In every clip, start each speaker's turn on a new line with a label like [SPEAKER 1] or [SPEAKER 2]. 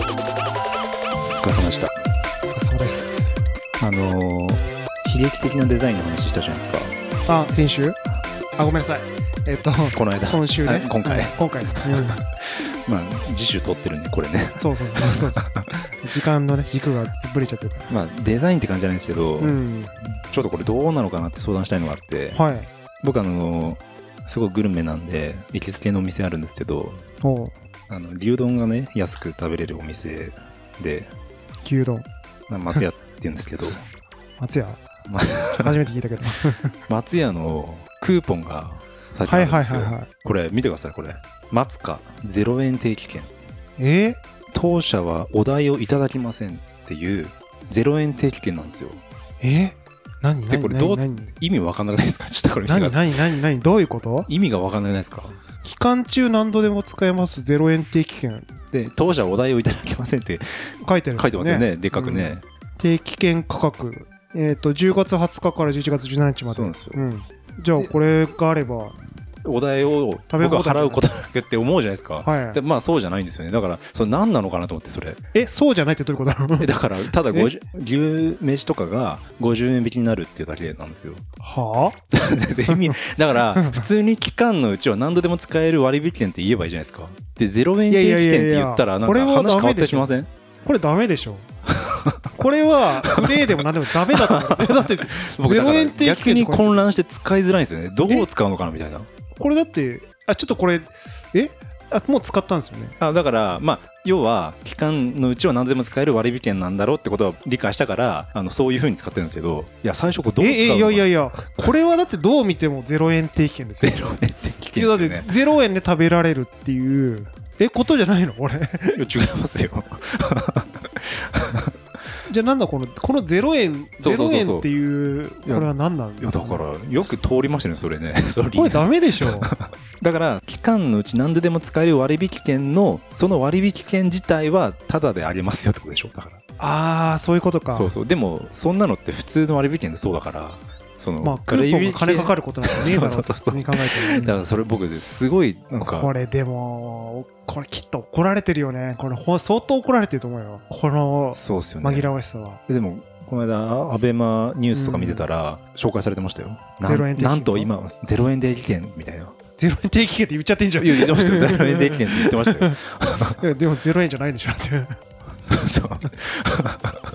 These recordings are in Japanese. [SPEAKER 1] お疲れ様でした
[SPEAKER 2] お疲れ様です。
[SPEAKER 1] あのー悲劇的なデザインの話したじゃないですか
[SPEAKER 2] あ、先週あ、ごめんなさい。えっ と、
[SPEAKER 1] この間
[SPEAKER 2] 今週ね
[SPEAKER 1] あ。今回、
[SPEAKER 2] はい今回。うん
[SPEAKER 1] まあ次週撮ってるんでこれね
[SPEAKER 2] そうそうそうそうそう。時間のね、軸がずぶれちゃってるから。
[SPEAKER 1] まあデザインって感じじゃないんですけど、
[SPEAKER 2] うん。
[SPEAKER 1] ちょっとこれどうなのかなって相談したいのがあって
[SPEAKER 2] はい。
[SPEAKER 1] 僕あのーすごいグルメなんで行きつけのお店あるんですけど
[SPEAKER 2] おう
[SPEAKER 1] あの牛丼がね安く食べれるお店で
[SPEAKER 2] 牛丼。
[SPEAKER 1] まあ松屋って言うんですけ ど
[SPEAKER 2] 松 屋。
[SPEAKER 1] ま
[SPEAKER 2] 初めて聞いたけど。
[SPEAKER 1] 松屋のクーポンが最近
[SPEAKER 2] は
[SPEAKER 1] あ
[SPEAKER 2] い
[SPEAKER 1] るん
[SPEAKER 2] は
[SPEAKER 1] で
[SPEAKER 2] い
[SPEAKER 1] す
[SPEAKER 2] は
[SPEAKER 1] よ
[SPEAKER 2] いはい。
[SPEAKER 1] これ見てくださいこれ松か0円定期券
[SPEAKER 2] え
[SPEAKER 1] 当社はお代をいただきませんっていう0円定期券なんですよ
[SPEAKER 2] ー、え何
[SPEAKER 1] で
[SPEAKER 2] 何
[SPEAKER 1] これどう
[SPEAKER 2] 何
[SPEAKER 1] 意味わかんなくないですかちょっとこれ見てくだ
[SPEAKER 2] 何
[SPEAKER 1] さ
[SPEAKER 2] 何
[SPEAKER 1] い
[SPEAKER 2] 何何何どういうこと
[SPEAKER 1] 意味がわかんなくないですか
[SPEAKER 2] 期間中何度でも使えます0円定期券
[SPEAKER 1] で当社はお代をいただきませんって
[SPEAKER 2] 書いてるんです
[SPEAKER 1] 書
[SPEAKER 2] ね
[SPEAKER 1] いてますよねでっかくね、
[SPEAKER 2] 定期券価格えっ、と10月20日から11月17日まで
[SPEAKER 1] そうなんですよ
[SPEAKER 2] んじゃあこれがあれば
[SPEAKER 1] お代を
[SPEAKER 2] 食べ
[SPEAKER 1] 僕
[SPEAKER 2] 放題
[SPEAKER 1] は払うことなくって思うじゃないですか、
[SPEAKER 2] はい
[SPEAKER 1] でまあそうじゃないんですよねだからそれ何なのかなと思ってそ れ
[SPEAKER 2] えそうじゃないってどういうことなの
[SPEAKER 1] えだからただ50牛めしとかが50円引きになるっていうだけなんですよ
[SPEAKER 2] はあ
[SPEAKER 1] 意味だから普通に期間のうちは何度でも使える割引券って言えばいいじゃないですかで0円定期券って言ったら
[SPEAKER 2] い
[SPEAKER 1] な
[SPEAKER 2] やいやいや
[SPEAKER 1] ん
[SPEAKER 2] これ
[SPEAKER 1] か話
[SPEAKER 2] は
[SPEAKER 1] 変わ
[SPEAKER 2] ダメ
[SPEAKER 1] っ
[SPEAKER 2] で
[SPEAKER 1] て
[SPEAKER 2] し
[SPEAKER 1] き
[SPEAKER 2] ょ
[SPEAKER 1] ません
[SPEAKER 2] これダメでしょ これはプレーでも何でもダメだと思うだって
[SPEAKER 1] 僕 だか
[SPEAKER 2] 0
[SPEAKER 1] ら
[SPEAKER 2] 円定期
[SPEAKER 1] 逆に
[SPEAKER 2] 券とか
[SPEAKER 1] 混乱して使いづらいんですよねどう使うのかなみたいな
[SPEAKER 2] これだってあちょっとこれえあもう使ったんですよね
[SPEAKER 1] あだからまあ要は期間のうちは何でも使える割引券なんだろうってことは理解したからあのそういうふうに使ってるんですけどいや最初これどう使うの
[SPEAKER 2] ええいやいや
[SPEAKER 1] や
[SPEAKER 2] いやこれはだってどう見ても0円定期券ですよ
[SPEAKER 1] 0円定期
[SPEAKER 2] い
[SPEAKER 1] 券
[SPEAKER 2] やだっ
[SPEAKER 1] です
[SPEAKER 2] て
[SPEAKER 1] よ ね
[SPEAKER 2] 0円で食べられるっていうえことじゃないの俺
[SPEAKER 1] いや違いますよ
[SPEAKER 2] じゃあなんだこのこの0円
[SPEAKER 1] そうそうそう
[SPEAKER 2] 0
[SPEAKER 1] そう
[SPEAKER 2] 円っていうこ
[SPEAKER 1] いや
[SPEAKER 2] れは何なん
[SPEAKER 1] い
[SPEAKER 2] で
[SPEAKER 1] や
[SPEAKER 2] す
[SPEAKER 1] だからよく通りましたねそれね それ
[SPEAKER 2] これダメでしょ
[SPEAKER 1] だから期間のうち何度でも使える割引券のその割引券自体はタダであげますよってことでしょだから
[SPEAKER 2] ああそういうことか
[SPEAKER 1] そうそうでもそんなのって普通の割引券でそうだからその
[SPEAKER 2] まあクーポンが金かか
[SPEAKER 1] る
[SPEAKER 2] ることなんてねえだろう
[SPEAKER 1] そうそ
[SPEAKER 2] って
[SPEAKER 1] うそう
[SPEAKER 2] 普通に考えて
[SPEAKER 1] だか
[SPEAKER 2] も
[SPEAKER 1] らそれ僕ですごいなんか
[SPEAKER 2] これでもこれきっと怒られてるよねこれほん相当怒られてると思うよこの
[SPEAKER 1] そうっすよね
[SPEAKER 2] 紛らわしさは
[SPEAKER 1] ででもこの間アベマニュースとか見てたら紹介されてましたよ、なん、
[SPEAKER 2] 0円定期券
[SPEAKER 1] なんと今0円定期券みたいな
[SPEAKER 2] 0円定期券って言っちゃってんじゃんい
[SPEAKER 1] 言ってましたよ0円定期券って言ってま したよ
[SPEAKER 2] やでも0円じゃないでしょだって
[SPEAKER 1] そう
[SPEAKER 2] だ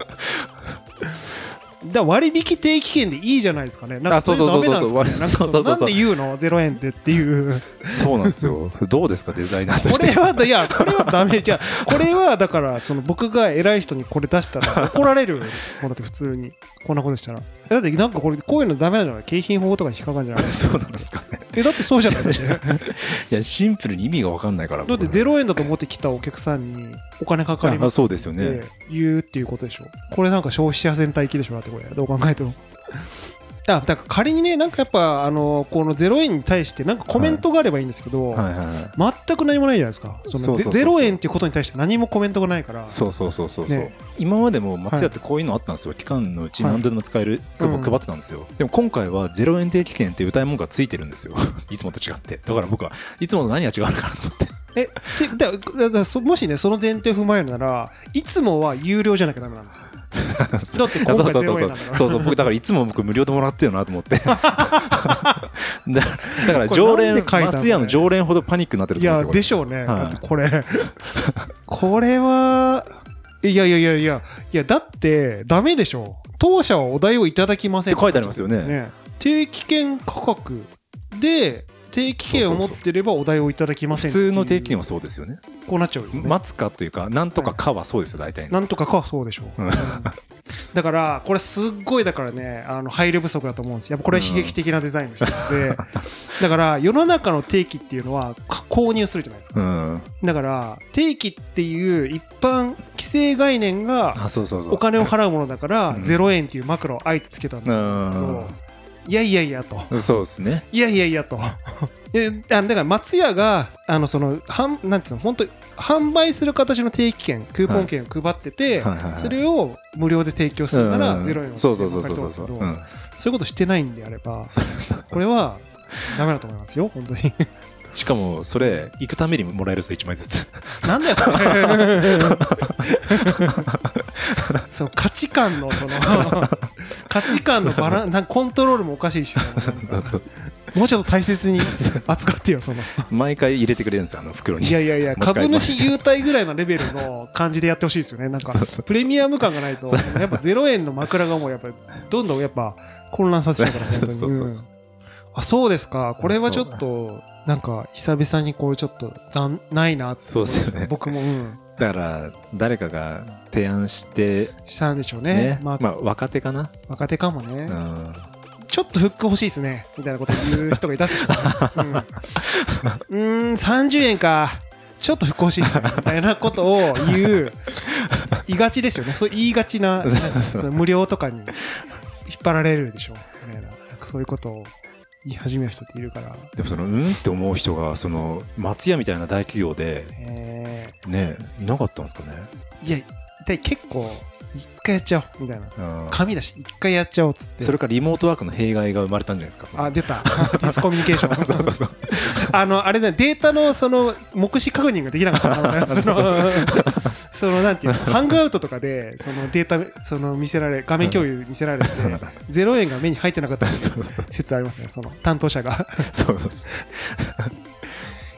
[SPEAKER 2] から割引定期券でいいじゃないですかね。なんか
[SPEAKER 1] あ
[SPEAKER 2] そ
[SPEAKER 1] そう
[SPEAKER 2] れダ
[SPEAKER 1] そう
[SPEAKER 2] メ
[SPEAKER 1] そう
[SPEAKER 2] な
[SPEAKER 1] そう
[SPEAKER 2] んですかね。なんか
[SPEAKER 1] そうそうそうそう
[SPEAKER 2] なんで言うの ?0 円でっていう。
[SPEAKER 1] そうなんですよどうですかデザイナーとし
[SPEAKER 2] こ
[SPEAKER 1] て
[SPEAKER 2] れは、いや、これはダメ。じゃあこれはだから、その僕が偉い人にこれ出した ら怒られるもんだって普通に。こんなことしたら。えだってなんかこれ、こういうのダメなんじゃない景品法とかに引っかかるん じゃない
[SPEAKER 1] そうなんですかね
[SPEAKER 2] え、だってそうじゃないだってだ
[SPEAKER 1] いやシンプルに意味が分かんないから
[SPEAKER 2] って0円だと思って来たお客さんにお金かかり
[SPEAKER 1] あ
[SPEAKER 2] ます
[SPEAKER 1] そうですよ
[SPEAKER 2] っ
[SPEAKER 1] ね
[SPEAKER 2] て言うっていうことでしょ。これなんか消費者全体行きでしょだってこれ。どう考えても。あだから仮にね、なんかやっぱ、あのこの0円に対して、なんかコメントがあればいいんですけど、
[SPEAKER 1] はいはいはい
[SPEAKER 2] 全く何もないじゃないですか、そ
[SPEAKER 1] そ
[SPEAKER 2] の
[SPEAKER 1] うそうそう
[SPEAKER 2] ゼロ円っていうことに対して何もコメントがないから、
[SPEAKER 1] そうそうそうそうそう、
[SPEAKER 2] ね
[SPEAKER 1] 今までも松屋ってこういうのあったんですよ、期間のうち何度でも使えるクーポン
[SPEAKER 2] うん
[SPEAKER 1] 配ってたんですよ、でも今回は0円定期券って歌い文句がついてるんですよ いつもと違ってだから僕はいつもと何が違うのかなと思って
[SPEAKER 2] えてだだだそもしね、その前提を踏まえるなら、いつもは有料じゃなきゃだめなんですよ。 だって 今
[SPEAKER 1] そう
[SPEAKER 2] 回
[SPEAKER 1] そうそ
[SPEAKER 2] ゼロ
[SPEAKER 1] うそう
[SPEAKER 2] 円なんだから。
[SPEAKER 1] そうそう僕だからいつも僕無料でもらってるなと思って だだから常
[SPEAKER 2] これなん
[SPEAKER 1] 連
[SPEAKER 2] で書いたの
[SPEAKER 1] 松屋の常連ほどパニックになってる
[SPEAKER 2] い
[SPEAKER 1] と思う
[SPEAKER 2] や、
[SPEAKER 1] んで
[SPEAKER 2] ですしょうね、
[SPEAKER 1] い
[SPEAKER 2] だってこれ、 これは、いやいやいやいや、いやだって、だめでしょ、当社はお代をいただきません
[SPEAKER 1] って書いてありますよね
[SPEAKER 2] 定期券価格で、定期券を持ってればお代をいただきま
[SPEAKER 1] よ
[SPEAKER 2] せん
[SPEAKER 1] 普
[SPEAKER 2] っていう
[SPEAKER 1] 通の定期券はそうですよね
[SPEAKER 2] こうなっちゃうよ、ね。
[SPEAKER 1] 松かというかなんとかかはそうですよ大体ね
[SPEAKER 2] なんとかかはそうでしょう、
[SPEAKER 1] うん
[SPEAKER 2] うんだからこれすっごいだからねあの配慮不足だと思うんですやっぱこれは悲劇的なデザインの一つで、だから世の中の定期っていうのはか購入するじゃないですか、
[SPEAKER 1] うん
[SPEAKER 2] だから定期っていう一般規制概念が
[SPEAKER 1] あそうそうそう
[SPEAKER 2] お金を払うものだから
[SPEAKER 1] うん
[SPEAKER 2] 0円っていう枕をあえてつけたんですけど、
[SPEAKER 1] うん
[SPEAKER 2] いやいやいやと。
[SPEAKER 1] そうですね
[SPEAKER 2] いやいやいやと。 えあだから松屋があのその販なんていうの本当に販売する形の定期券クーポン券を配ってて、
[SPEAKER 1] はいはいはいはい
[SPEAKER 2] それを無料で提供するな
[SPEAKER 1] うん
[SPEAKER 2] ら
[SPEAKER 1] うん
[SPEAKER 2] ゼロ円の
[SPEAKER 1] そうそうそうそうそう
[SPEAKER 2] そ
[SPEAKER 1] そうう、、
[SPEAKER 2] いううんことしてないんであれば
[SPEAKER 1] そうそうそ
[SPEAKER 2] こ
[SPEAKER 1] う
[SPEAKER 2] れはダメだと思いますよ本当に
[SPEAKER 1] しかもそれ行くためにもらえるんですよ1枚ず つ
[SPEAKER 2] なんだよそれ その価値観の その価値観のバランなんかコントロールもおかし いしさなんかもうちょっと大切に扱ってよその
[SPEAKER 1] 毎回入れてくれるんですよあの袋に
[SPEAKER 2] いやいやいや、
[SPEAKER 1] もしか
[SPEAKER 2] 株主優待ぐらいのレベルの感じでやってほしいですよね。なんか
[SPEAKER 1] そうそ、
[SPEAKER 2] プレミアム感がないと、やっぱ0円の枕がもう、やっぱ、どんどんやっぱ、混乱させちゃうから、本当に
[SPEAKER 1] そうそうそう
[SPEAKER 2] うんあ、そうですか。これはちょっと、なんか、久々にこう、ちょっと、残、ないなって
[SPEAKER 1] そうっすよね
[SPEAKER 2] 僕も、うん、
[SPEAKER 1] だから誰かが提案して
[SPEAKER 2] したんでしょうね。
[SPEAKER 1] ね
[SPEAKER 2] ま
[SPEAKER 1] ま
[SPEAKER 2] あ、
[SPEAKER 1] あ若手かな、
[SPEAKER 2] 若手かもね
[SPEAKER 1] う。ん、
[SPEAKER 2] ちょっとフック欲しいですね。みたいなこと言う人がいたんでしょうね。うん、うーん30円か。ちょっとフック欲しいですね。みたいなことを言う、言いがちですよね。そう言いがちな、なんかその無料とかに引っ張られるでしょう。みたいな。なんかそういうことを言い始める人っているから。
[SPEAKER 1] でもそのうんって思う人がその松屋みたいな大企業で
[SPEAKER 2] え
[SPEAKER 1] ねいなかったんですかね、
[SPEAKER 2] ーいや、一体結構、一回やっちゃおう。みたいな。
[SPEAKER 1] うん、
[SPEAKER 2] 紙だし、一回やっちゃおうっつって。
[SPEAKER 1] それかリモートワークの弊害が生まれたんじゃないですかその
[SPEAKER 2] あ、出た。ディスコミュニケーショ ン。
[SPEAKER 1] そうそうそう
[SPEAKER 2] あの、あれだ、データの、その、目視確認ができなかった可能性あります その、その、なんていうの、ハングアウトとかで、そのデータ、その、見せられ、画面共有見せ られて、0円が目に入ってなかった説ありますね、その、担当者が。
[SPEAKER 1] そうそうそう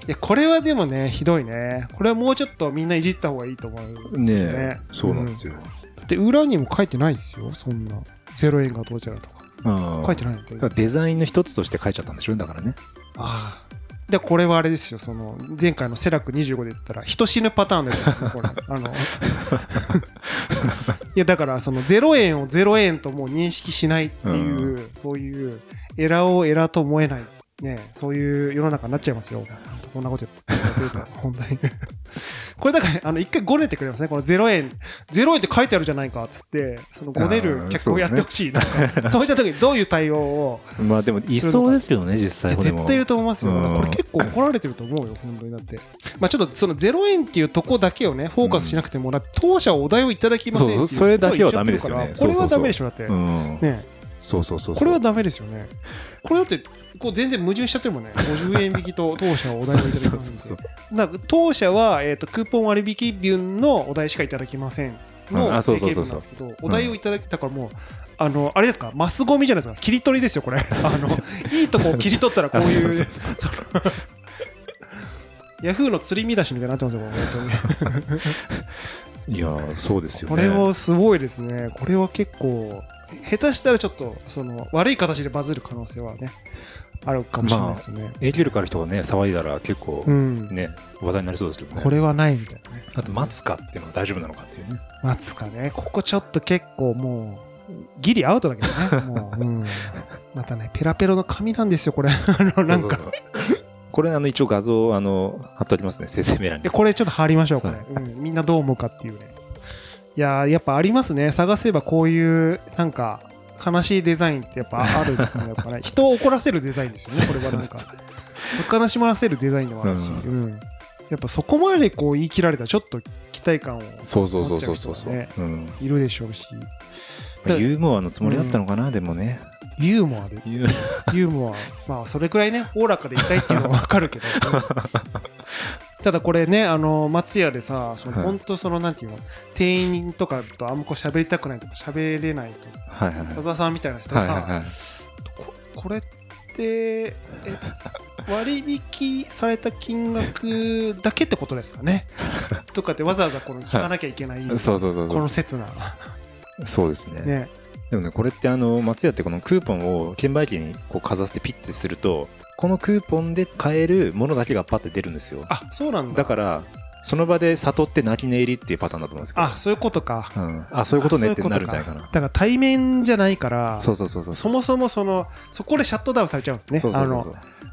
[SPEAKER 2] いや、これはでもね、ひどいね。これはもうちょっとみんないじった方がいいと思う。
[SPEAKER 1] ねえ
[SPEAKER 2] ね
[SPEAKER 1] そうなんですよ、
[SPEAKER 2] だって、裏にも書いてないですよ、そんな。0円がどうちゃらとか。
[SPEAKER 1] うん
[SPEAKER 2] 書いてないんだよ
[SPEAKER 1] だからデザインの一つとして書いちゃったんでしょだからね
[SPEAKER 2] ああ。でこれはあれですよ、その前回のセラック25で言ったら、人死ぬパターンのやつですね、こ れ。あのいや、だから、その0円を0円ともう認識しないっていう、そういうエラーをエラーと思えない、ね、そういう世の中になっちゃいますよ。こんなことやってると、本当に。 これだから、あの、一回ごねてくれますね、この0円、0円って書いてあるじゃないかっつって、そのごねる客をやってほしい、なんか、そういった時にどういう対応を。
[SPEAKER 1] まあでもいそうですけどね実
[SPEAKER 2] い
[SPEAKER 1] 際
[SPEAKER 2] や絶対いる
[SPEAKER 1] と
[SPEAKER 2] と思いますよ、
[SPEAKER 1] うん
[SPEAKER 2] だからこれ結構怒られてると思うよ、本当にだって、まあ、ちょっとその0円っていうとこだけをね、フォーカスしなくても、だって当社はお題をいただきませんってい
[SPEAKER 1] そううそれだけはダメですよね
[SPEAKER 2] ことを一緒に言ってるからこれはダメでしょ、だって、
[SPEAKER 1] うん
[SPEAKER 2] ね、
[SPEAKER 1] そうそうそうそう
[SPEAKER 2] これはダメですよね、これだって、こう全然矛盾しちゃってるもんね、50円引きと当社はお題をいただきませんっ
[SPEAKER 1] そうそうそう
[SPEAKER 2] て、だから当社は、えー、とクーポン割引分のお題しかいただきません
[SPEAKER 1] うん
[SPEAKER 2] の
[SPEAKER 1] あそう
[SPEAKER 2] 定
[SPEAKER 1] そう
[SPEAKER 2] 型
[SPEAKER 1] そう
[SPEAKER 2] 文
[SPEAKER 1] そう
[SPEAKER 2] なんですけど、お題をいただきだからもう、あのあれですか、マスゴミじゃないですか、切り取りですよ、これ、あのいいとこを切り取ったらこうい
[SPEAKER 1] あ
[SPEAKER 2] う
[SPEAKER 1] そうそうそう
[SPEAKER 2] ヤフーの釣り見出しみたいになってますよ、これ本当に。
[SPEAKER 1] いやーそうですよ
[SPEAKER 2] こ
[SPEAKER 1] ね
[SPEAKER 2] れはすごいですね。これは結構、下手したらちょっと、その、悪い形でバズる可能性はね、あるかもしれないですよね。
[SPEAKER 1] 影響力ある人がね騒いだら結構
[SPEAKER 2] うん。
[SPEAKER 1] ね、話題になりそうですけどね
[SPEAKER 2] これはないみたいなね。
[SPEAKER 1] あと待つかっていうのは大丈夫なのかっていうね
[SPEAKER 2] 待つかね。ここちょっと結構もう、ギリアウトだけどね。もう、うん。またね、ペラペラの紙なんですよ、これ。あ
[SPEAKER 1] そ
[SPEAKER 2] の、なんか。
[SPEAKER 1] うそうそうこれあの一応画像あの貼っておりますね説明欄に
[SPEAKER 2] でこれちょっと貼りましょうこ
[SPEAKER 1] そ
[SPEAKER 2] れ
[SPEAKER 1] う、
[SPEAKER 2] うん、みんなどう思うかっていうねいやーやっぱありますね探せばこういうなんか悲しいデザインってやっぱあるんですね やっぱね人を怒らせるデザインですよねこれはなんか悲しませるデザインでもあるし、う
[SPEAKER 1] うん
[SPEAKER 2] やっぱそこまでこう言い切られたらちょっと期待感を
[SPEAKER 1] そうそうそうそうそうそう、
[SPEAKER 2] ね
[SPEAKER 1] うんま
[SPEAKER 2] いるでしょうし
[SPEAKER 1] あユーモアのつもりだったのかな、でもね
[SPEAKER 2] ユーモアで
[SPEAKER 1] ユー
[SPEAKER 2] ユーモア、まあ、それくらいね、おおらかでいたいっ ていうのはわかるけど、ただこれね、あの松屋でさ、その
[SPEAKER 1] はい
[SPEAKER 2] 本当、そのなんていうの、店員とかとあんまこう喋りたくないとか、喋れない人、
[SPEAKER 1] はいはいはい
[SPEAKER 2] 田沢さんみたいな人が、
[SPEAKER 1] はいはいはい
[SPEAKER 2] ここれって、え割引された金額だけってことです かねとかって、わざわざこの聞かなきゃいけない、
[SPEAKER 1] そうそうそう
[SPEAKER 2] こ
[SPEAKER 1] そ
[SPEAKER 2] の
[SPEAKER 1] う
[SPEAKER 2] 刹那、
[SPEAKER 1] そうですね
[SPEAKER 2] ね、
[SPEAKER 1] でもねこれってあの松屋ってこのクーポンを券売機にこうかざしてピッてするとこのクーポンで買えるものだけがパッて出るんですよ
[SPEAKER 2] あそうなんだ
[SPEAKER 1] だからその場で悟って泣き寝入りっていうパターンだと思うんですけど
[SPEAKER 2] あ、そういうことか。
[SPEAKER 1] うん、あそういうことねってなるんじゃないか
[SPEAKER 2] あそうう
[SPEAKER 1] な
[SPEAKER 2] ことだから対面じゃないから、
[SPEAKER 1] そうそうそうそう
[SPEAKER 2] そもそもそのそこでシャットダウンされちゃうんですね。
[SPEAKER 1] そうそうそう
[SPEAKER 2] あの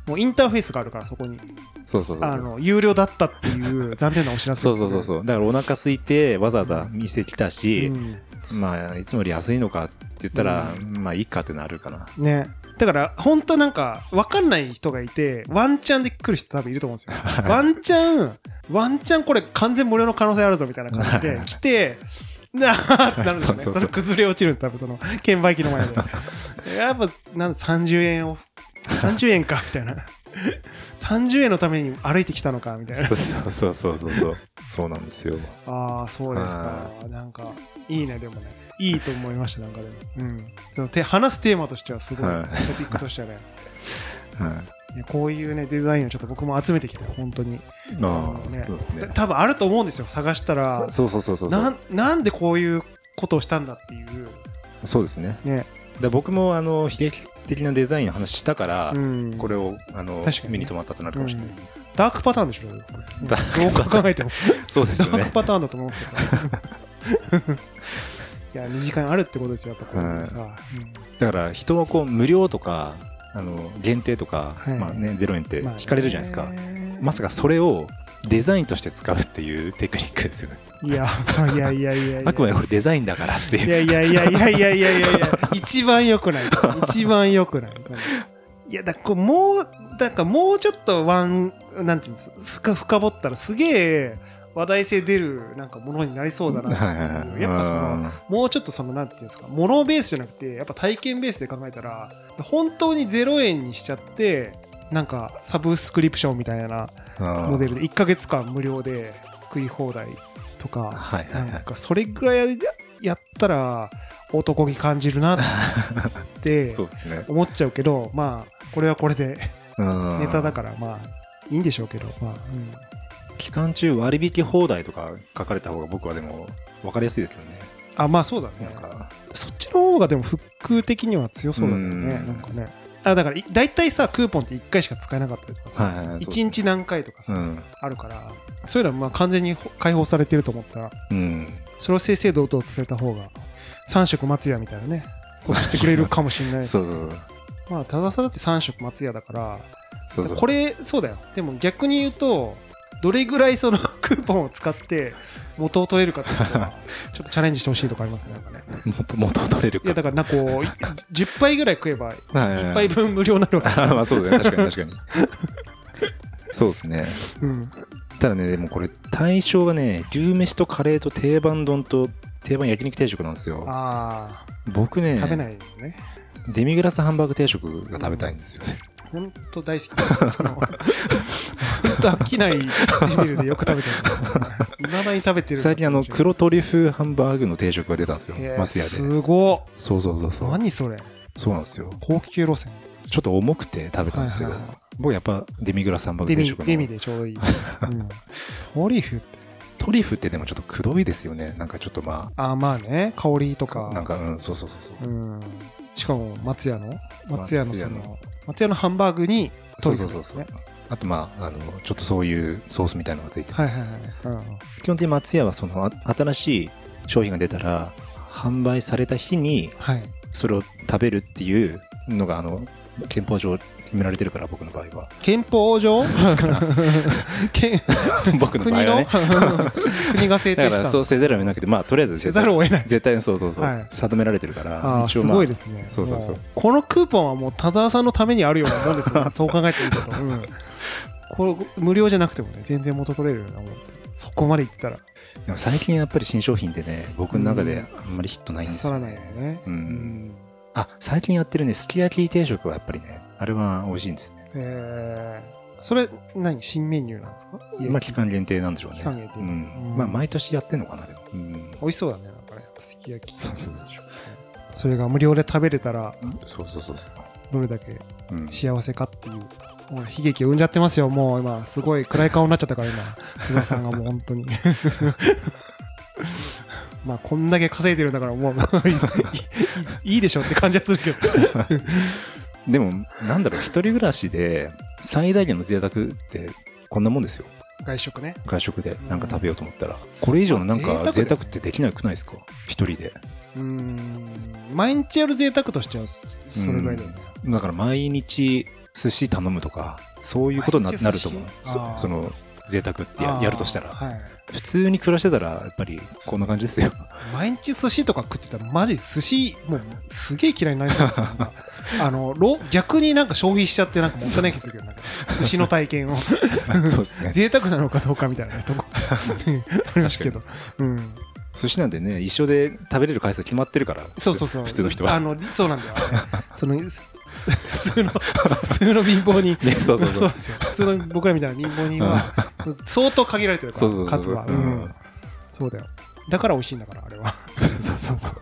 [SPEAKER 2] もうインターフェースがあるからそこに
[SPEAKER 1] そうそうそう
[SPEAKER 2] あの有料だったっていう残念なお知らせ
[SPEAKER 1] そうそうそう
[SPEAKER 2] う。
[SPEAKER 1] そうだからお腹空いてわざわざ店来たし、
[SPEAKER 2] うん
[SPEAKER 1] まあいつもより安いのかって言ったら、まあいいかってなるかな
[SPEAKER 2] ね、だから、本当なんか、わかんない人がいて、ワンチャンで来る人多分いると思うんです よ。ワンチャン、ワンチャンこれ完全無料の可能性あるぞみたいな感 じで来て、なあってなるんです
[SPEAKER 1] そうそ
[SPEAKER 2] よね。
[SPEAKER 1] うそう
[SPEAKER 2] その崩れ落ちるん多分その、券売機の 前で。やっぱ、なんだ30円を、30円か、みたいな。30円のために歩いてきたのか、みたいな。
[SPEAKER 1] そうそうそうそうそうそうなんですよ
[SPEAKER 2] ああそうですかなんかいいねでもねいいと思いましたなんかでもうんそのて話すテーマとしてはすごい、
[SPEAKER 1] はい
[SPEAKER 2] トピックとしてはね
[SPEAKER 1] はい
[SPEAKER 2] いやこういうねデザインをちょっと僕も集めてきて本当に
[SPEAKER 1] あ
[SPEAKER 2] の
[SPEAKER 1] あそうです
[SPEAKER 2] た
[SPEAKER 1] ね
[SPEAKER 2] 多分あると思うんですよ探したら
[SPEAKER 1] そうそうそうそうそ
[SPEAKER 2] な
[SPEAKER 1] うん
[SPEAKER 2] なんでこういうことをしたんだっていう
[SPEAKER 1] そうですね
[SPEAKER 2] ね
[SPEAKER 1] で僕もあの悲劇的なデザインの話したから、
[SPEAKER 2] うん
[SPEAKER 1] これをあの
[SPEAKER 2] 確かにね
[SPEAKER 1] 目に留まったとなるかもしれない、
[SPEAKER 2] うんダークパターンでしょこれ
[SPEAKER 1] ダーク
[SPEAKER 2] どう考えても
[SPEAKER 1] そうです
[SPEAKER 2] ダ
[SPEAKER 1] よ
[SPEAKER 2] ーク
[SPEAKER 1] ね
[SPEAKER 2] パターンだと思うんですよ いや2時間あるってことですよやっぱこういうさ、うん
[SPEAKER 1] だから人はこう無料とかあの限定とか、
[SPEAKER 2] はい
[SPEAKER 1] まあね、0円って
[SPEAKER 2] まあ
[SPEAKER 1] 引かれるじゃないですか、ま
[SPEAKER 2] ね
[SPEAKER 1] さかそれをデザインとして使うっていうテクニックですよね
[SPEAKER 2] いや、いやいやいやいや。
[SPEAKER 1] あくまでこれデザインだからって
[SPEAKER 2] い
[SPEAKER 1] いう
[SPEAKER 2] やいやいやいやいやいやいやいや、一番良くない。 それ一番良くない。それいや、だからこうもう、だからもうちょっとワン、なんていうんですすか、深掘ったらすげえ話題性出るなんかものになりそうだな
[SPEAKER 1] はいはい
[SPEAKER 2] っ
[SPEAKER 1] は
[SPEAKER 2] てい。
[SPEAKER 1] いう
[SPEAKER 2] やっぱその、
[SPEAKER 1] あ
[SPEAKER 2] もうちょっとその、なんていうんですか、モノベースじゃなくて、やっぱ体験ベースで考えたら、本当に0円にしちゃって、なんかサブスクリプションみたいな
[SPEAKER 1] ー
[SPEAKER 2] モデルで1ヶ月間無料で食い放題とか、
[SPEAKER 1] はいはいは
[SPEAKER 2] なん
[SPEAKER 1] い
[SPEAKER 2] かそれぐらいやったら男気感じるなっ て
[SPEAKER 1] そうですね
[SPEAKER 2] 思っちゃうけどまあこれはこれでネ
[SPEAKER 1] ネ
[SPEAKER 2] タだからまあいいんでしょうけどまあ、うん
[SPEAKER 1] 期間中割引放題とか書かれた方が僕はでも分かりやすいですよね
[SPEAKER 2] あまあそうだ
[SPEAKER 1] なん
[SPEAKER 2] ね
[SPEAKER 1] か
[SPEAKER 2] そっちの方がでもフック的には強そうだけどね
[SPEAKER 1] うん
[SPEAKER 2] なんかねあだからい大体さクーポンって1回しか使えなかったりとかさ、
[SPEAKER 1] はいはい
[SPEAKER 2] 一1日何回とか
[SPEAKER 1] う
[SPEAKER 2] さ、
[SPEAKER 1] ん
[SPEAKER 2] あるからそういうのはまあ完全に解放されてると思ったら
[SPEAKER 1] うん
[SPEAKER 2] それを正々堂々と伝えた方が3食松屋みたいなねそうしてくれるかもしれない
[SPEAKER 1] そうそう
[SPEAKER 2] まあ、たださだって3色松屋だから、
[SPEAKER 1] そうそう
[SPEAKER 2] これ、そうだよ。でも逆に言うと、どれぐらいその クーポンを使って元を取れるかっていう のは、ちょっとチャレンジしてほしいとかありますね。なんかね
[SPEAKER 1] 元元を取れる
[SPEAKER 2] いや、だからなんかこう、い10杯ぐらい食えば、1
[SPEAKER 1] はいはいはい
[SPEAKER 2] 杯分無料になるわ
[SPEAKER 1] あまあそうだね確かに確かに そうですね
[SPEAKER 2] け。うん。
[SPEAKER 1] ただねでもこれ対象がね牛めしとカレーと定番丼と定番焼肉定食なんですよ
[SPEAKER 2] ああ、
[SPEAKER 1] 僕ね
[SPEAKER 2] 食べないよね。
[SPEAKER 1] デミグラスハンバーグ定食が食べたいんですよね
[SPEAKER 2] ほんと大好きです。その、ほんと飽きないレベルでよく食べてる。いまだに食べてる。
[SPEAKER 1] 最近あの
[SPEAKER 2] 黒
[SPEAKER 1] 黒トリュフハンバーグの定食が出たんですよ松屋です
[SPEAKER 2] ごっ
[SPEAKER 1] そうそうそうそう
[SPEAKER 2] 何それ
[SPEAKER 1] そうなんですよ
[SPEAKER 2] 高級路線。
[SPEAKER 1] ちょっと重くて食べたんですけど
[SPEAKER 2] はいはいはい
[SPEAKER 1] 僕やっぱデミグラスハンバーグ定
[SPEAKER 2] デミ
[SPEAKER 1] 食の
[SPEAKER 2] デミでちょうどいい、うん、トリュフって
[SPEAKER 1] トリュフってでもちょっとくどいですよねなんかちょっとま
[SPEAKER 2] あーまあね香りと
[SPEAKER 1] あなん
[SPEAKER 2] か
[SPEAKER 1] かうんそうそうそうそう
[SPEAKER 2] うんしかも松屋の松屋のそ
[SPEAKER 1] 松屋
[SPEAKER 2] の松屋のハンバーグにト
[SPEAKER 1] そう
[SPEAKER 2] リュ
[SPEAKER 1] そう
[SPEAKER 2] フ
[SPEAKER 1] そうそう
[SPEAKER 2] ね
[SPEAKER 1] あとまああのちょっとそういうソースみたいなのがついてる
[SPEAKER 2] はいはいはい、うん、
[SPEAKER 1] 基本的に松屋はそのあ新しい商品が出たら販売された日に
[SPEAKER 2] はい
[SPEAKER 1] それを食べるっていうのがあの憲法上決められてるから僕の場合 は
[SPEAKER 2] 憲法上け
[SPEAKER 1] 僕の場
[SPEAKER 2] 国
[SPEAKER 1] 合は
[SPEAKER 2] の
[SPEAKER 1] ね
[SPEAKER 2] 国が制定
[SPEAKER 1] だ
[SPEAKER 2] し
[SPEAKER 1] か
[SPEAKER 2] た
[SPEAKER 1] ら
[SPEAKER 2] ん
[SPEAKER 1] そ
[SPEAKER 2] で
[SPEAKER 1] う
[SPEAKER 2] す
[SPEAKER 1] せざるを得なくてまあとりあえず
[SPEAKER 2] せ
[SPEAKER 1] 絶
[SPEAKER 2] ざ
[SPEAKER 1] 対
[SPEAKER 2] るを得ない
[SPEAKER 1] 絶対にそうそうそう、
[SPEAKER 2] はい
[SPEAKER 1] 定められてるから
[SPEAKER 2] あー
[SPEAKER 1] 一応
[SPEAKER 2] す
[SPEAKER 1] まあ
[SPEAKER 2] ごいですね
[SPEAKER 1] そうそうそう
[SPEAKER 2] もこのクーポンはもう田沢さんのためにあるようなもんで すよねそう考えてみると、うん、これ無料じゃなくてもね全然元取れるようなもんそこまでいったら
[SPEAKER 1] でも最近やっぱり新商品ってね僕の中であんまりヒットないんです
[SPEAKER 2] 刺さ
[SPEAKER 1] よ、
[SPEAKER 2] らないよね
[SPEAKER 1] うんあ最近やってるねすき焼き定食はやっぱりねあれは美味しいんですね
[SPEAKER 2] えーそれ何新メニューなんですか
[SPEAKER 1] まあ期間限定なんでしょうね
[SPEAKER 2] 期間限定
[SPEAKER 1] うん
[SPEAKER 2] うん
[SPEAKER 1] まあ毎年やってんのかなでも、うん
[SPEAKER 2] 美味しそうだねなんかねすき焼き
[SPEAKER 1] そうそうそうそ
[SPEAKER 2] それが無料で食べれたら
[SPEAKER 1] そうそうそうそう
[SPEAKER 2] どれだけ
[SPEAKER 1] うん
[SPEAKER 2] 幸せかっていうほら悲劇を生んじゃってますよもう今すごい暗い顔になっちゃったから今福田さんがもう本当に まあこんだけ稼いでるんだからもう いいいいでしょって感じはするけ ど
[SPEAKER 1] でもなんだろう一人暮らしで最大限の贅沢ってこんなもんですよ
[SPEAKER 2] 外食ね
[SPEAKER 1] 外食でなんか食べようと思ったら、これ以上のなん
[SPEAKER 2] ま
[SPEAKER 1] か贅
[SPEAKER 2] あ贅沢だよ
[SPEAKER 1] 沢ってできなくないですか一人で
[SPEAKER 2] うーん毎日やる贅沢としてはそそれぐらいだよね
[SPEAKER 1] だから毎日寿司頼むとかそういうことにな
[SPEAKER 2] 毎日寿司
[SPEAKER 1] なると思うそ
[SPEAKER 2] あー
[SPEAKER 1] その贅沢ってや
[SPEAKER 2] あー
[SPEAKER 1] やるとしたら
[SPEAKER 2] はい、
[SPEAKER 1] 普通に暮らしてたらやっぱりこんな感じですよ
[SPEAKER 2] 毎日寿司とか食ってたらマジ寿司もうすげえ嫌いになりそうだななんか あのろ逆になんか消費しちゃってなんかもったいない気するけどなんか寿司の体 験を
[SPEAKER 1] そうですね
[SPEAKER 2] 贅沢なのかどうかみたいな とこありますけど、うん、
[SPEAKER 1] 寿司なんてね一緒で食べれる回数決まってるから
[SPEAKER 2] そうそうそう
[SPEAKER 1] 普通の人
[SPEAKER 2] あ
[SPEAKER 1] は
[SPEAKER 2] のそうなんだよあれそのす普通の普通の貧乏人
[SPEAKER 1] ねそうそうそう
[SPEAKER 2] なんですよ普通の僕らみたいな貧乏人は相当限られてるから
[SPEAKER 1] そうそうそう
[SPEAKER 2] 数
[SPEAKER 1] そう
[SPEAKER 2] は、うん、そうだよだから美味しいんだからあれは
[SPEAKER 1] そうそうそう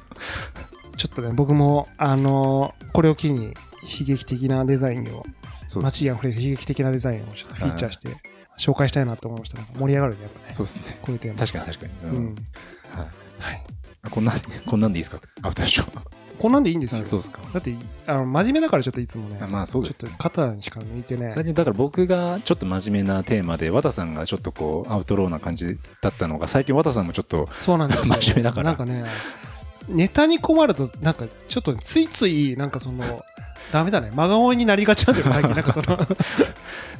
[SPEAKER 2] ちょっとね僕もあのーこれを機に悲劇的なデザインを
[SPEAKER 1] そうです
[SPEAKER 2] 街にあふれる悲劇的なデザインをちょっとフィーチャーして紹介したいなと思いましたなんか盛り上がるねやっぱね
[SPEAKER 1] そうですね
[SPEAKER 2] こういうテーマ
[SPEAKER 1] 確かに確かに、うん
[SPEAKER 2] うん
[SPEAKER 1] はい
[SPEAKER 2] はい、
[SPEAKER 1] こんなんこんなんでいいですかアフターショー
[SPEAKER 2] こんなんでいいんですよ
[SPEAKER 1] あそうですか
[SPEAKER 2] だってあの真面目だからちょっといつもね
[SPEAKER 1] あまあそうです
[SPEAKER 2] ちょ
[SPEAKER 1] ね
[SPEAKER 2] っと肩にしか抜いてね
[SPEAKER 1] 最近だから僕がちょっと真面目なテーマで和田さんがちょっとこうアウトローな感じだったのが最近和田さんもちょっと
[SPEAKER 2] そうなんですよ
[SPEAKER 1] 真面目だから
[SPEAKER 2] なんかねネタに困るとなんかちょっとついついなんか そのダメだね真顔になりがちなんだよ最近なんかその
[SPEAKER 1] だ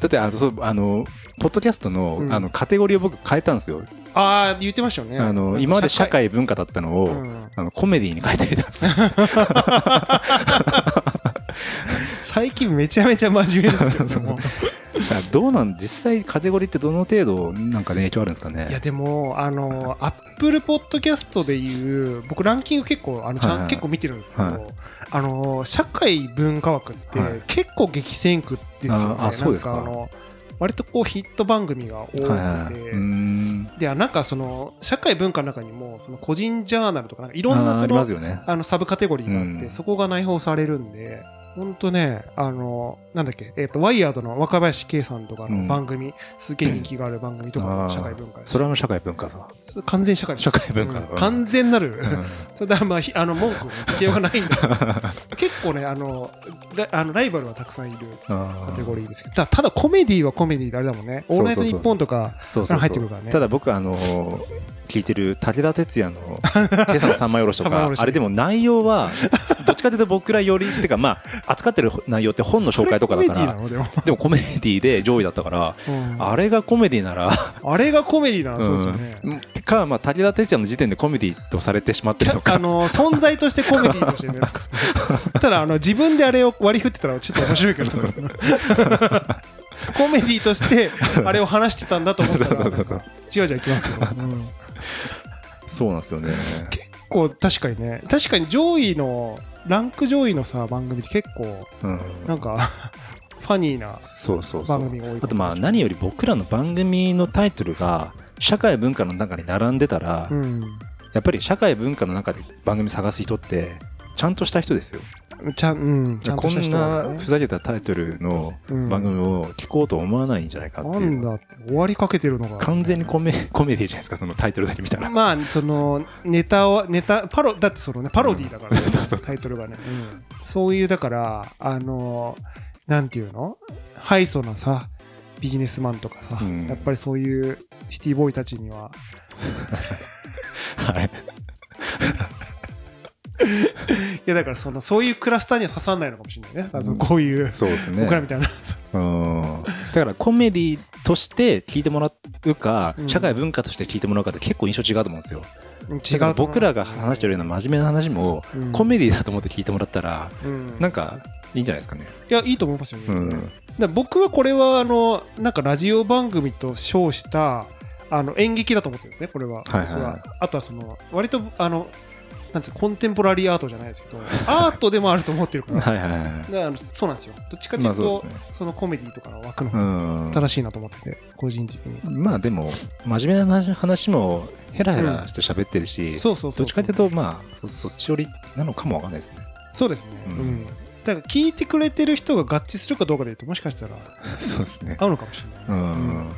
[SPEAKER 1] ってあのそうあのポッドキャストの,、
[SPEAKER 2] うん
[SPEAKER 1] あのカテゴリーを僕変えたんですよ、
[SPEAKER 2] ああ言ってましたよね
[SPEAKER 1] あの今まで社会文化だったのを、
[SPEAKER 2] うん
[SPEAKER 1] あのコメディに変えてみたんですよ
[SPEAKER 2] 最近めちゃめちゃ真面目です けども
[SPEAKER 1] どうなん実際カテゴリーってどの程度なんかね影響あるんですかね
[SPEAKER 2] いやでもあのアップルポッドキャストでいう僕ランキング結構あの、ちゃん
[SPEAKER 1] はいはい
[SPEAKER 2] 結構見てるんですけど、
[SPEAKER 1] はい
[SPEAKER 2] あの社会文化枠って
[SPEAKER 1] はい
[SPEAKER 2] 結構激戦区ですよね、
[SPEAKER 1] ああそうですか
[SPEAKER 2] なんかあの割とこうヒット番組が多くて、
[SPEAKER 1] はいはい、うーん
[SPEAKER 2] でなんかその社会文化の中にもその個人ジャーナルとかなんかいろん
[SPEAKER 1] あ
[SPEAKER 2] な
[SPEAKER 1] ーあ
[SPEAKER 2] そ
[SPEAKER 1] り
[SPEAKER 2] の
[SPEAKER 1] ま
[SPEAKER 2] あ
[SPEAKER 1] すよね
[SPEAKER 2] のサブカテゴリーがあって、
[SPEAKER 1] うん
[SPEAKER 2] そこが内包されるんで本当ねあのなんだっけ、えっとワイヤードの若林圭さんとか
[SPEAKER 1] うん
[SPEAKER 2] の番組、すげえ人気がある番組とか
[SPEAKER 1] あ
[SPEAKER 2] も
[SPEAKER 1] ー
[SPEAKER 2] 社会文化です
[SPEAKER 1] それはもう社会文化だ
[SPEAKER 2] それ完全社会
[SPEAKER 1] 社会文化
[SPEAKER 2] うん完全なる、
[SPEAKER 1] うん
[SPEAKER 2] それだからまあひあの文句をつけようがないんだけど結構ねあのラあのライバルはたくさんいる
[SPEAKER 1] あ
[SPEAKER 2] カテゴリーですけどただただコメディはコメディであれだもんね「
[SPEAKER 1] そう
[SPEAKER 2] オー
[SPEAKER 1] そうそう
[SPEAKER 2] ルナイトニッポン」とか
[SPEAKER 1] そうそうそう
[SPEAKER 2] 入ってくるからね
[SPEAKER 1] ただ僕あのー聞いてる武田鉄矢 の「今朝の三枚おろし」と
[SPEAKER 2] 三枚お
[SPEAKER 1] か
[SPEAKER 2] ろし
[SPEAKER 1] あれでも内容はどっちかというと僕らよりっていうかまあ扱ってる内容って本の紹介とかだか
[SPEAKER 2] あれ
[SPEAKER 1] ら
[SPEAKER 2] コメディなので
[SPEAKER 1] でもコメディで上位だったから
[SPEAKER 2] も、うん
[SPEAKER 1] あれがコメディなら
[SPEAKER 2] あれがコメディなのそうですよね。
[SPEAKER 1] うんかまあ武田鉄矢の時点でコメディとされてしまってるの
[SPEAKER 2] あ
[SPEAKER 1] か
[SPEAKER 2] の存在としてコメディとしてね、なんかそのただあの自分であれを割り振ってたらちょっと面白いけど、なんか そのコメディとしてあれを話してたんだと思ったら、
[SPEAKER 1] そうそうそう
[SPEAKER 2] じわじわいきますけど、うん
[SPEAKER 1] そうなんですよね
[SPEAKER 2] 結構確かにね、確かに上位の、ランク上位のさ、番組って結構、
[SPEAKER 1] うん
[SPEAKER 2] な んか、ファニーな、
[SPEAKER 1] そうそうそ
[SPEAKER 2] 番
[SPEAKER 1] う
[SPEAKER 2] 組が多い
[SPEAKER 1] あとまあ何より僕らの番組のタイトルが社会文化の中に並んでたら
[SPEAKER 2] うん、
[SPEAKER 1] やっぱり社会文化の中で番組探す人ってちゃんとした人ですよ
[SPEAKER 2] ちゃん、うん、ちゃんと
[SPEAKER 1] こ
[SPEAKER 2] した
[SPEAKER 1] ん
[SPEAKER 2] 人だね
[SPEAKER 1] なふざけたタイトルの
[SPEAKER 2] うん
[SPEAKER 1] 番組を聞こうと思わないんじゃないかって
[SPEAKER 2] ないん
[SPEAKER 1] う
[SPEAKER 2] だって、終わりかけてるのが。
[SPEAKER 1] 完全にコメコメディじゃないですかそのタイトルだけ見たら
[SPEAKER 2] まあそのネタをネタパロだってそのねパロディーだから、ね
[SPEAKER 1] うんそうそうそう
[SPEAKER 2] タイトルがね、うんそういうだからあのなんていうのハイソなさビジネスマンとかさ、
[SPEAKER 1] うん
[SPEAKER 2] やっぱりそういうシティボーイたちには
[SPEAKER 1] はい
[SPEAKER 2] いやだからそのそういうクラスターには刺さらないのかもしれないねだからそのこういう、
[SPEAKER 1] そうですね
[SPEAKER 2] 僕ら みたいな、
[SPEAKER 1] うんだからコメディとして聞いてもらうか、
[SPEAKER 2] うん
[SPEAKER 1] 社会文化として聞いてもらうかって結構印象違うと思うんですよ
[SPEAKER 2] 違
[SPEAKER 1] だ
[SPEAKER 2] う
[SPEAKER 1] から僕らが話して
[SPEAKER 2] る、
[SPEAKER 1] るような真面目な話も、
[SPEAKER 2] うん
[SPEAKER 1] コメディだと思って聞いてもらったら
[SPEAKER 2] うん、
[SPEAKER 1] なんかいいんじゃないですかね、
[SPEAKER 2] いやいいと思いますよね、
[SPEAKER 1] うん
[SPEAKER 2] だから僕はこれはあのなんかラジオ番組と称したあの演劇だと思ってるんですねこれ
[SPEAKER 1] は
[SPEAKER 2] は,、
[SPEAKER 1] いはいはい
[SPEAKER 2] 僕あとはその割とあのなんていうのコンテンポラリーアートじゃないですけ どアートでもあると思ってるから
[SPEAKER 1] はいはいは
[SPEAKER 2] だからあのそうなんですよどっちかとい
[SPEAKER 1] まあ
[SPEAKER 2] うと、
[SPEAKER 1] そう
[SPEAKER 2] そ
[SPEAKER 1] ですね
[SPEAKER 2] のコメディとかの枠の
[SPEAKER 1] い
[SPEAKER 2] 方が
[SPEAKER 1] うん
[SPEAKER 2] 正しいなと思ってて、個人的に
[SPEAKER 1] まあでも真面目な話話もヘラヘラして喋ってるし、
[SPEAKER 2] そうそうそ
[SPEAKER 1] ど
[SPEAKER 2] う
[SPEAKER 1] っちかというとまあそそっち寄りなのかもわかんない ですね
[SPEAKER 2] そうですね、う
[SPEAKER 1] うん
[SPEAKER 2] んだから聞いてくれてる人が合致するかどうかで言うともしかしたら
[SPEAKER 1] そうですね
[SPEAKER 2] 合うのかもしれな
[SPEAKER 1] う
[SPEAKER 2] い、
[SPEAKER 1] ん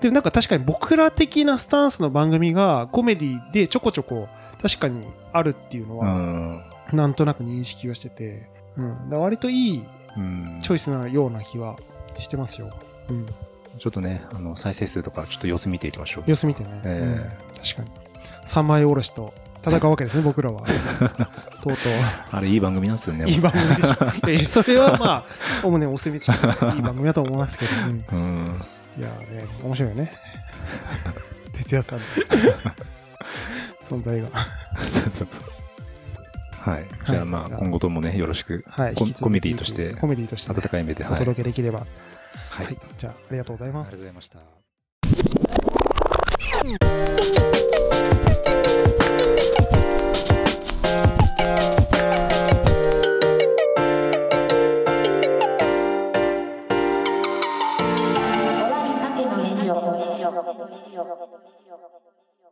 [SPEAKER 2] でもなんか確かに僕ら的なスタンスの番組がコメディでちょこちょこ確かにあるっていうの
[SPEAKER 1] う
[SPEAKER 2] は
[SPEAKER 1] ん
[SPEAKER 2] なんとなく認識はしてて、うん、だから割といい
[SPEAKER 1] うん
[SPEAKER 2] チョイスなような気はしてますよ、うん、
[SPEAKER 1] ちょっとねあの再生数とかちょっと様子見ていきましょう
[SPEAKER 2] 様子見てね、
[SPEAKER 1] え
[SPEAKER 2] うん確かに三枚おろしと戦うわけです ね僕らはとうと
[SPEAKER 1] あれいい番組なんですよね
[SPEAKER 2] ういい番組でしょいやいやそれはまあおもねお墨付きでいい番組だと思いますけど、うん
[SPEAKER 1] うん
[SPEAKER 2] いやーね、面白いよ ね。哲也さんの存在が。
[SPEAKER 1] そうそうそうはいじゃあまあ今後ともねよろしく
[SPEAKER 2] はい。
[SPEAKER 1] コ
[SPEAKER 2] 引き続き
[SPEAKER 1] コメディとして
[SPEAKER 2] コメディとしてね、
[SPEAKER 1] 温かい目では
[SPEAKER 2] お
[SPEAKER 1] いはいあり
[SPEAKER 2] 届けできれば。はい。
[SPEAKER 1] がとう
[SPEAKER 2] じゃあ、ありがとうございま
[SPEAKER 1] ご
[SPEAKER 2] す
[SPEAKER 1] ざい。ました
[SPEAKER 3] 終わりかけのレディオ。